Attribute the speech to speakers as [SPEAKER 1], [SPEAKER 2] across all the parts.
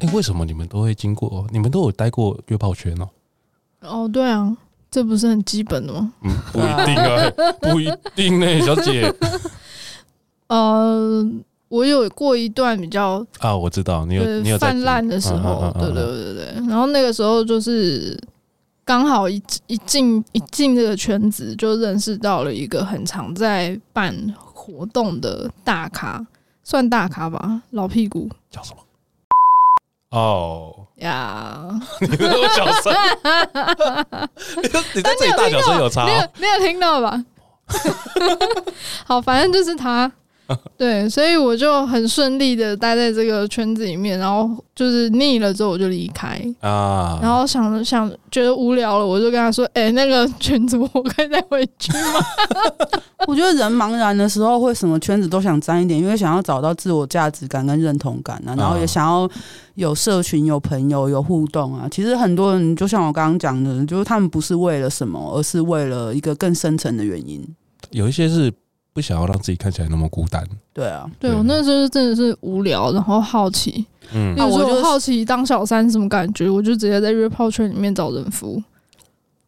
[SPEAKER 1] 哎、为什么你们都会经过？你们都有待过约炮圈哦？
[SPEAKER 2] 哦，对啊，这不是很基本的吗？
[SPEAKER 1] 嗯，不一定 啊，不一定 呢、小姐
[SPEAKER 2] 呃，我有过一段比较
[SPEAKER 1] 啊，我知道你有
[SPEAKER 2] 对
[SPEAKER 1] 你有在
[SPEAKER 2] 呃泛滥的时
[SPEAKER 1] 嗯嗯
[SPEAKER 2] 候
[SPEAKER 1] 嗯，嗯
[SPEAKER 2] 对对对对。然后那个时候就是刚好一一进一进这个圈子，就认识到了一个很常在办活动的大咖，算大咖吧，老屁股
[SPEAKER 1] 叫什么？哦，
[SPEAKER 2] 呀。
[SPEAKER 1] 你那么小声，你 你在这里大小声有差、
[SPEAKER 2] 呃没
[SPEAKER 1] 哦
[SPEAKER 2] 有？没有听到吧？好，反正就 是他。对，所以我就很顺利的待在这个圈子里面，然后就是腻了之后我就离开，
[SPEAKER 1] 啊，
[SPEAKER 2] 然后想想觉得无聊了，我就跟他说：“哎、那个圈子我可以再回去吗
[SPEAKER 3] 我觉得人茫然的时候，会什么圈子都想沾一点，因为想要找到自我价值感跟认同感啊，然后也想要有社群、有朋友、有互动啊。其实很多人就像我刚刚讲的，就是他们不是为了什么，而是为了一个更深层的原因。
[SPEAKER 1] 有一些是不想要让自己看起来那么孤单。
[SPEAKER 3] 对啊，？”
[SPEAKER 2] 对我那时候真的是无聊，然后好奇，
[SPEAKER 1] 嗯
[SPEAKER 2] 比如
[SPEAKER 3] 啊我
[SPEAKER 2] 说
[SPEAKER 3] 就
[SPEAKER 2] 我
[SPEAKER 3] 是
[SPEAKER 2] 好奇当小三是什么感觉，我就直接在约炮圈里面找人服务。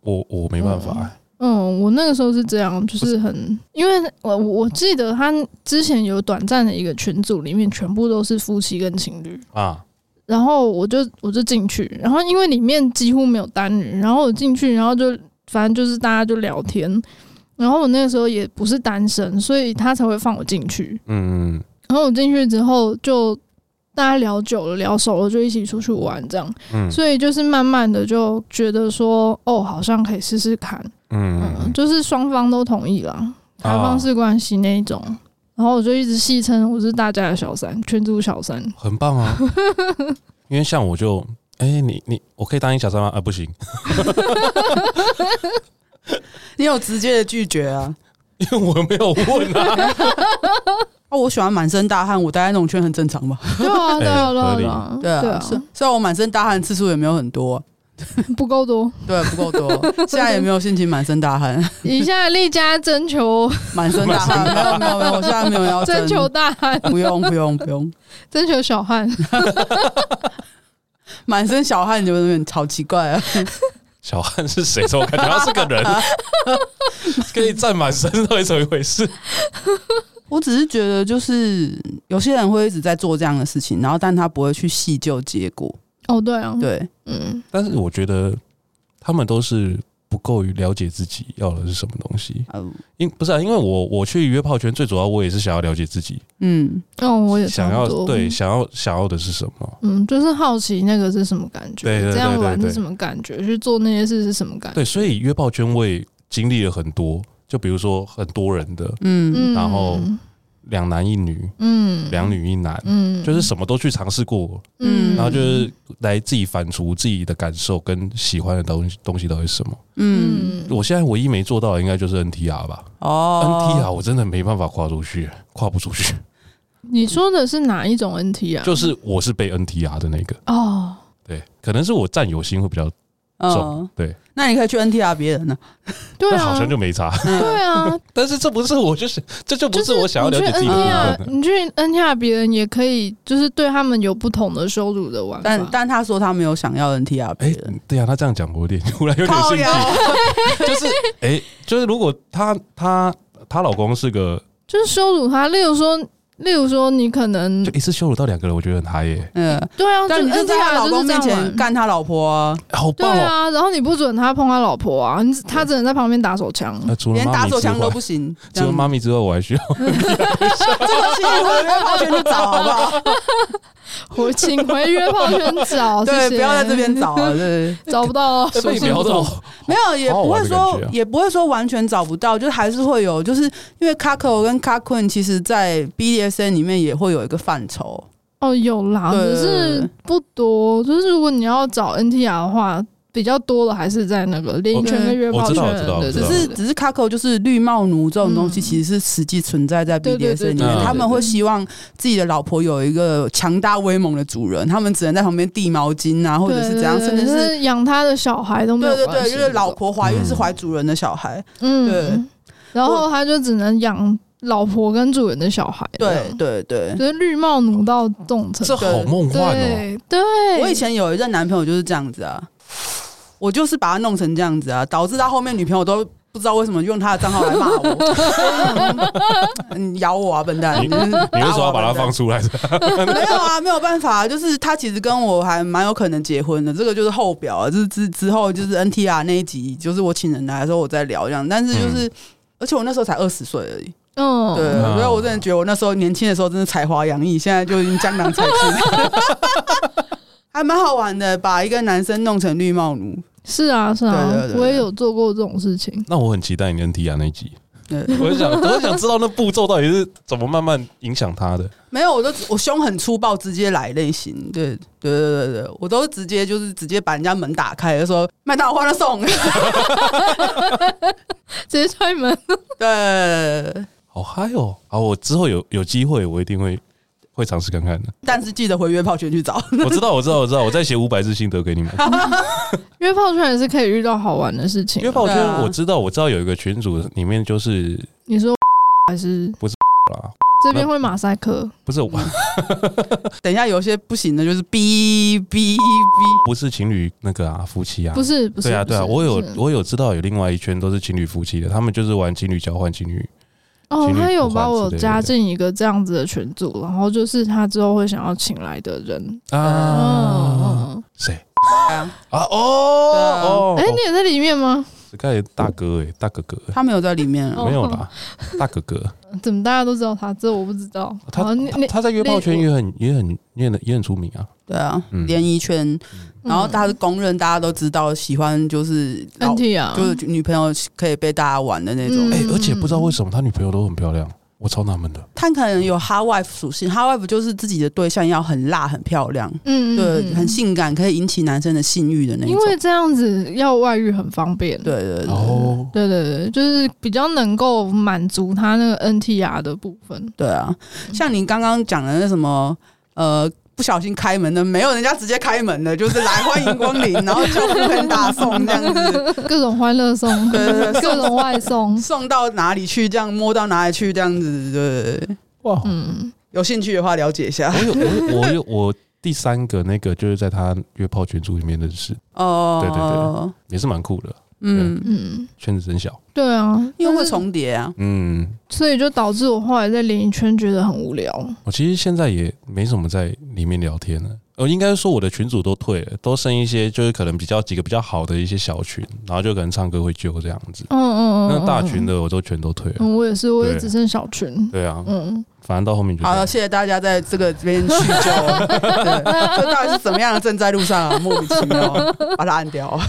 [SPEAKER 1] 我我没办法、欸，
[SPEAKER 2] 嗯，我那个时候是这样，就是很，因为我我我记得他之前有短暂的一个群组，里面全部都是夫妻跟情侣，
[SPEAKER 1] 啊，
[SPEAKER 2] 然后我就我就进去，然后因为里面几乎没有单人，然后我进去，然后就反正就是大家就聊天，然后我那个时候也不是单身，所以他才会放我进去，
[SPEAKER 1] 嗯，
[SPEAKER 2] 然后我进去之后就大家聊久了，聊熟了就一起出去玩这样，
[SPEAKER 1] 嗯
[SPEAKER 2] 所以就是慢慢的就觉得说，哦，好像可以试试看。嗯，
[SPEAKER 1] 嗯
[SPEAKER 2] 就是双方都同意啦，
[SPEAKER 1] 啊
[SPEAKER 2] 开放式关系那一种。然后我就一直戏称我是大家的小三，圈住小三。
[SPEAKER 1] 很棒啊。 因为像我就，哎、你你，我可以当你小三吗？啊，不行，
[SPEAKER 3] 你有直接的拒绝啊。
[SPEAKER 1] 因为 我没有问 啊。
[SPEAKER 3] 哦，我喜欢满身大汗，我待在那种圈很正常吧？
[SPEAKER 2] 对
[SPEAKER 1] 哎
[SPEAKER 2] 啊，对啊，对啊，对啊，
[SPEAKER 3] 对啊，
[SPEAKER 2] 对啊，
[SPEAKER 3] 虽虽然我满身大汗次数也没有很多，
[SPEAKER 2] 不够多。
[SPEAKER 3] 对，不够多， 现在也没有心情满身大汗，
[SPEAKER 2] 以下力加征求
[SPEAKER 3] 满身大汗， 没有没有没有，我现在没有要
[SPEAKER 2] 征
[SPEAKER 3] 争
[SPEAKER 2] 求大汉，
[SPEAKER 3] 不用不用不用，
[SPEAKER 2] 征求小汉。
[SPEAKER 3] 满身小汗有点好奇怪啊。
[SPEAKER 1] 小汉是谁？怎么感觉他是个 人？跟你站满身到底怎么一回事？
[SPEAKER 3] 我只是觉得，就是有些人会一直在做这样的事情，然后但他不会去细究结果。
[SPEAKER 2] 哦，对啊，，
[SPEAKER 3] 对，
[SPEAKER 2] 嗯，
[SPEAKER 1] 但是我觉得他们都是不够于了解自己要的是什么东西。
[SPEAKER 3] 呃，
[SPEAKER 1] 因不是啊，因为我我去约炮圈，最主要我也是想要了解自己，
[SPEAKER 3] 嗯，
[SPEAKER 2] 哦，我也差
[SPEAKER 1] 想
[SPEAKER 2] 不
[SPEAKER 1] 要
[SPEAKER 2] 多
[SPEAKER 1] 对，想要想要的是什么。
[SPEAKER 2] 嗯，就是好奇那个是什么感
[SPEAKER 1] 对对
[SPEAKER 2] 觉，
[SPEAKER 1] 对
[SPEAKER 2] 这样玩
[SPEAKER 1] 对对
[SPEAKER 2] 是什么感觉，去做那些事是什么感觉。
[SPEAKER 1] 对，所以约炮圈我也经历了很多，就比如说很多人的
[SPEAKER 3] 嗯，
[SPEAKER 2] 嗯，
[SPEAKER 1] 然后两男一女，
[SPEAKER 2] 嗯，
[SPEAKER 1] 两女一男，
[SPEAKER 2] 嗯，
[SPEAKER 1] 就是什么都去尝试过，
[SPEAKER 3] 嗯
[SPEAKER 1] 然后就是来自己反刍自己的感受跟喜欢的东西东西到底是什么。
[SPEAKER 3] 嗯，
[SPEAKER 1] 我现在唯一没做到的应该就是 NTR 吧、n t r
[SPEAKER 3] 哦嗯
[SPEAKER 1] 我真的没办法跨出去，跨不出 去，
[SPEAKER 2] 你说的是哪一种 NT 啊？
[SPEAKER 1] 就是我是被 NTR 的那个，
[SPEAKER 2] 哦，
[SPEAKER 1] 对，可能是我占有心会比较，重
[SPEAKER 3] 嗯，
[SPEAKER 1] 对，
[SPEAKER 3] 那你可以去 NTR 别人呢、
[SPEAKER 2] 对
[SPEAKER 1] 但
[SPEAKER 2] 啊，
[SPEAKER 1] 好像就没差。
[SPEAKER 2] 对啊，
[SPEAKER 1] 但是这不是我就是这就不
[SPEAKER 2] 就是
[SPEAKER 1] 我想要了解自己的部分啊。
[SPEAKER 2] 你去 N T R，你去 N T R 别人也可以，就是对他们有不同的羞辱的玩法。
[SPEAKER 3] 但但他说他没有想要 NTR 别
[SPEAKER 1] 哎、
[SPEAKER 3] 人。
[SPEAKER 1] 对啊，他这样讲我有点突然有点
[SPEAKER 3] 靠
[SPEAKER 1] 兴
[SPEAKER 3] 腰
[SPEAKER 1] 趣，就是哎、就是如果她她她老公是个，
[SPEAKER 2] 就是羞辱他，例如说，例如说，你可能
[SPEAKER 1] 就一次羞辱到两个人，我觉得很嗨耶、
[SPEAKER 3] 嗯，
[SPEAKER 2] 对啊，
[SPEAKER 3] 但你就
[SPEAKER 2] N T
[SPEAKER 3] 在她
[SPEAKER 2] R
[SPEAKER 3] 老公面前干他老婆啊，
[SPEAKER 1] 好
[SPEAKER 2] 对
[SPEAKER 1] 棒哦、
[SPEAKER 2] 啊，然后你不准他碰他老婆啊，你他只能在旁边打手 枪。
[SPEAKER 1] 那除了
[SPEAKER 3] 连
[SPEAKER 1] 妈
[SPEAKER 3] 打
[SPEAKER 1] 咪
[SPEAKER 3] 手
[SPEAKER 1] 之
[SPEAKER 3] 枪都
[SPEAKER 1] 外，
[SPEAKER 3] 不行。
[SPEAKER 1] 除 了妈咪之外，我还需要
[SPEAKER 3] 这个请你回约炮圈去找好不好？
[SPEAKER 2] 我请回约炮圈找，
[SPEAKER 3] 对，
[SPEAKER 2] 谢谢
[SPEAKER 3] 不要在这边找了，对。
[SPEAKER 2] 找不到哦。
[SPEAKER 1] 被聊到
[SPEAKER 3] 没有，也
[SPEAKER 1] 好好
[SPEAKER 3] 不
[SPEAKER 1] 玩
[SPEAKER 3] 会
[SPEAKER 1] 的
[SPEAKER 3] 说
[SPEAKER 1] 感觉啊，
[SPEAKER 3] 也不会说完全找不到，就还是会有，就是因为 Kako 跟 Kakun 其实在 BDSN 里面也会有一个范畴，
[SPEAKER 2] 哦，有啦，
[SPEAKER 3] 对
[SPEAKER 2] 只是不多。就是如果你要找 N T R 的话，比较多的还是在那个连圈跟约炮圈
[SPEAKER 1] 我知道我知道，
[SPEAKER 2] 对
[SPEAKER 1] 我知
[SPEAKER 3] 只
[SPEAKER 1] 道
[SPEAKER 2] 对对
[SPEAKER 3] 是
[SPEAKER 2] 对
[SPEAKER 3] 只是 Kako 就是绿帽奴这种东西，
[SPEAKER 2] 嗯
[SPEAKER 3] 其实是实际存在在
[SPEAKER 2] 对对
[SPEAKER 3] BDSN 里
[SPEAKER 1] 对对
[SPEAKER 3] 面，
[SPEAKER 1] 对
[SPEAKER 3] 他们会希望自己的老婆有一个强大威猛的主人，他们只能在旁边递毛巾啊，或者是怎样，
[SPEAKER 2] 对
[SPEAKER 3] 甚
[SPEAKER 2] 对
[SPEAKER 3] 至
[SPEAKER 2] 对
[SPEAKER 3] 是。
[SPEAKER 2] 是养他的小孩都没有
[SPEAKER 3] 对对
[SPEAKER 2] 关
[SPEAKER 3] 对，
[SPEAKER 2] 系
[SPEAKER 3] 就是老
[SPEAKER 2] 的
[SPEAKER 3] 婆怀孕
[SPEAKER 1] 嗯
[SPEAKER 3] 是怀主人的小孩，对
[SPEAKER 2] 嗯，然后他就只能养老婆跟主人的小孩这样，
[SPEAKER 3] 对对对，
[SPEAKER 2] 就是绿帽奴到这种程
[SPEAKER 1] 这
[SPEAKER 2] 度。
[SPEAKER 1] 好梦幻哦！
[SPEAKER 2] 对对，
[SPEAKER 3] 我以前有一任男朋友就是这样子啊，我就是把他弄成这样子啊，导致他后面女朋友都不知道为什么用他的账号来骂我，你咬我啊，笨蛋！
[SPEAKER 1] 你
[SPEAKER 3] 就是
[SPEAKER 1] 你为
[SPEAKER 3] 打
[SPEAKER 1] 什么要
[SPEAKER 3] 我啊
[SPEAKER 1] 把它放？ 出来？
[SPEAKER 3] 笨蛋 没有啊，没有办法、就是他其实跟我还蛮有可能结婚的，这个就是后表啊，就是之之后就是 NTR 那一集，就是我请人来的时候我再聊这样，但是就是。而且我那时候才二十岁而已，
[SPEAKER 2] 嗯，
[SPEAKER 3] 对，
[SPEAKER 1] 嗯
[SPEAKER 3] 所以我真的觉得我那时候年轻的时候真的才华洋溢，现在就已经江郎 才尽，还蛮好玩的，把一个男生弄成绿帽奴。
[SPEAKER 2] 是啊是啊
[SPEAKER 3] 对对对，对
[SPEAKER 2] 我也有做过这种事情。
[SPEAKER 1] 那我很期待你跟 Tia 那一集，
[SPEAKER 3] 对，
[SPEAKER 1] 我就想，我就想知道那步骤到底是怎么慢慢影响他的。
[SPEAKER 3] 没有，我都我胸很粗暴，直接来类型。对对对对对，我都直接就是直接把人家门打开，就说麦当劳欢乐颂。对
[SPEAKER 2] 直接踹门，
[SPEAKER 3] 对，对对
[SPEAKER 1] 好嗨哦！好，我之后有有机会，我一定会会尝试看看 的。
[SPEAKER 3] 但是记得回约炮圈去找。
[SPEAKER 1] 我知道，我知道，我知道，我再写五百字心得给你们。
[SPEAKER 2] 约炮圈也是可以遇到好玩的事情
[SPEAKER 1] 因为。我觉
[SPEAKER 3] 对啊
[SPEAKER 1] 得我知道，我知道有一个群组里面就是
[SPEAKER 2] 你说还是
[SPEAKER 1] 啦，
[SPEAKER 2] 这边会马赛克？
[SPEAKER 1] 不是我
[SPEAKER 3] 等一下有些不行的，就是哔哔哔。
[SPEAKER 1] 不是情侣那个啊夫妻啊，
[SPEAKER 2] 不是不是，
[SPEAKER 1] 对啊
[SPEAKER 2] 不
[SPEAKER 1] 对
[SPEAKER 2] 是
[SPEAKER 1] 啊，我有
[SPEAKER 2] 不是
[SPEAKER 1] 我有知道有另外一圈都是情侣夫妻的，他们就是玩情侣交换情侣，
[SPEAKER 2] 哦
[SPEAKER 1] 情，侣
[SPEAKER 2] 他有
[SPEAKER 1] 互换
[SPEAKER 2] 把
[SPEAKER 1] 之
[SPEAKER 2] 我
[SPEAKER 1] 类的
[SPEAKER 2] 加进一个这样子的群组，然后就是他之后会想要请来的人。
[SPEAKER 1] 啊，
[SPEAKER 2] 嗯，
[SPEAKER 1] 谁
[SPEAKER 3] 啊
[SPEAKER 1] 啊？
[SPEAKER 3] 对啊
[SPEAKER 1] 哦哦，
[SPEAKER 2] 哎，你也在里面吗？
[SPEAKER 1] 只看大哥哎，大哥哥
[SPEAKER 3] 他没有在里面啊
[SPEAKER 2] 哦，
[SPEAKER 1] 没有啦，大哥哥
[SPEAKER 2] 怎么大家都知道他？这我不知道。
[SPEAKER 1] 哦他
[SPEAKER 2] 好哦你
[SPEAKER 1] 他
[SPEAKER 2] 你
[SPEAKER 1] 他在约炮圈
[SPEAKER 2] 那
[SPEAKER 1] 也很也很也很也很出名啊，
[SPEAKER 3] 对啊，
[SPEAKER 1] 嗯
[SPEAKER 3] 联谊圈，然
[SPEAKER 2] 嗯
[SPEAKER 3] 后大家是公认，大家都知道喜欢就是
[SPEAKER 1] 嗯
[SPEAKER 3] 老
[SPEAKER 2] NT 啊，
[SPEAKER 3] 就是女朋友可以被大家玩的那种。
[SPEAKER 2] 嗯
[SPEAKER 1] 哎，而且不知道为什么他女朋友都很漂亮，我超纳闷的，
[SPEAKER 3] 他可能有 hard wife 属性，hard wife 就是自己的对象要很辣、很漂亮，
[SPEAKER 2] 嗯，嗯
[SPEAKER 3] 对，很。性感，可以引起男生的性欲的那
[SPEAKER 2] 嗯
[SPEAKER 3] 种。
[SPEAKER 2] 因为这样子要外遇很方便。
[SPEAKER 3] 对对对
[SPEAKER 1] 哦，
[SPEAKER 2] 对对对，就是比较能够满足他那个 NTR 的部分。
[SPEAKER 3] 对啊，
[SPEAKER 2] 嗯
[SPEAKER 3] 像你刚刚讲的那什么，呃。不小心开门的，没有人家直接开门的，就是来欢迎光临，然后就不很大送这样子，
[SPEAKER 2] 各种欢乐送，
[SPEAKER 3] 对对对
[SPEAKER 2] 各种外送，
[SPEAKER 3] 送到哪里去，这样摸到哪里去，这样子，对对对。
[SPEAKER 1] 哇，
[SPEAKER 2] 嗯，
[SPEAKER 3] 有兴趣的话了解一下
[SPEAKER 1] 我。有我我有我第三个那个就是在他约炮群组里面认识，
[SPEAKER 3] 哦，
[SPEAKER 1] 对对也是蛮酷的，
[SPEAKER 3] 嗯，
[SPEAKER 2] 嗯，
[SPEAKER 1] 圈子真小。
[SPEAKER 2] 对啊，
[SPEAKER 3] 因为会
[SPEAKER 2] 但是
[SPEAKER 3] 重叠啊，
[SPEAKER 1] 嗯，
[SPEAKER 2] 所以就导致我后来在联谊圈觉得很无聊。
[SPEAKER 1] 我哦其实现在也没什么在里面聊天了。呃，应该说我的群主都退了，都剩一些就是可能比较几个比较好的一些小群，然后就可能唱歌会揪这样子。
[SPEAKER 2] 嗯嗯嗯，
[SPEAKER 1] 那大
[SPEAKER 2] 嗯
[SPEAKER 1] 群，的我都全都退了。
[SPEAKER 2] 嗯，我也是，我也
[SPEAKER 1] 对
[SPEAKER 2] 只剩小群。
[SPEAKER 1] 对啊，
[SPEAKER 2] 嗯，
[SPEAKER 1] 反正到后面就这
[SPEAKER 3] 好了，
[SPEAKER 1] 样
[SPEAKER 3] 谢谢大家在这个这边叙旧 哦。对，这到底是怎么样的正在路上啊？莫名其妙，把它按掉。哦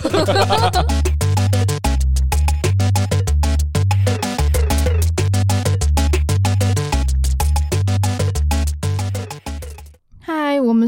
[SPEAKER 2] 嗨，我们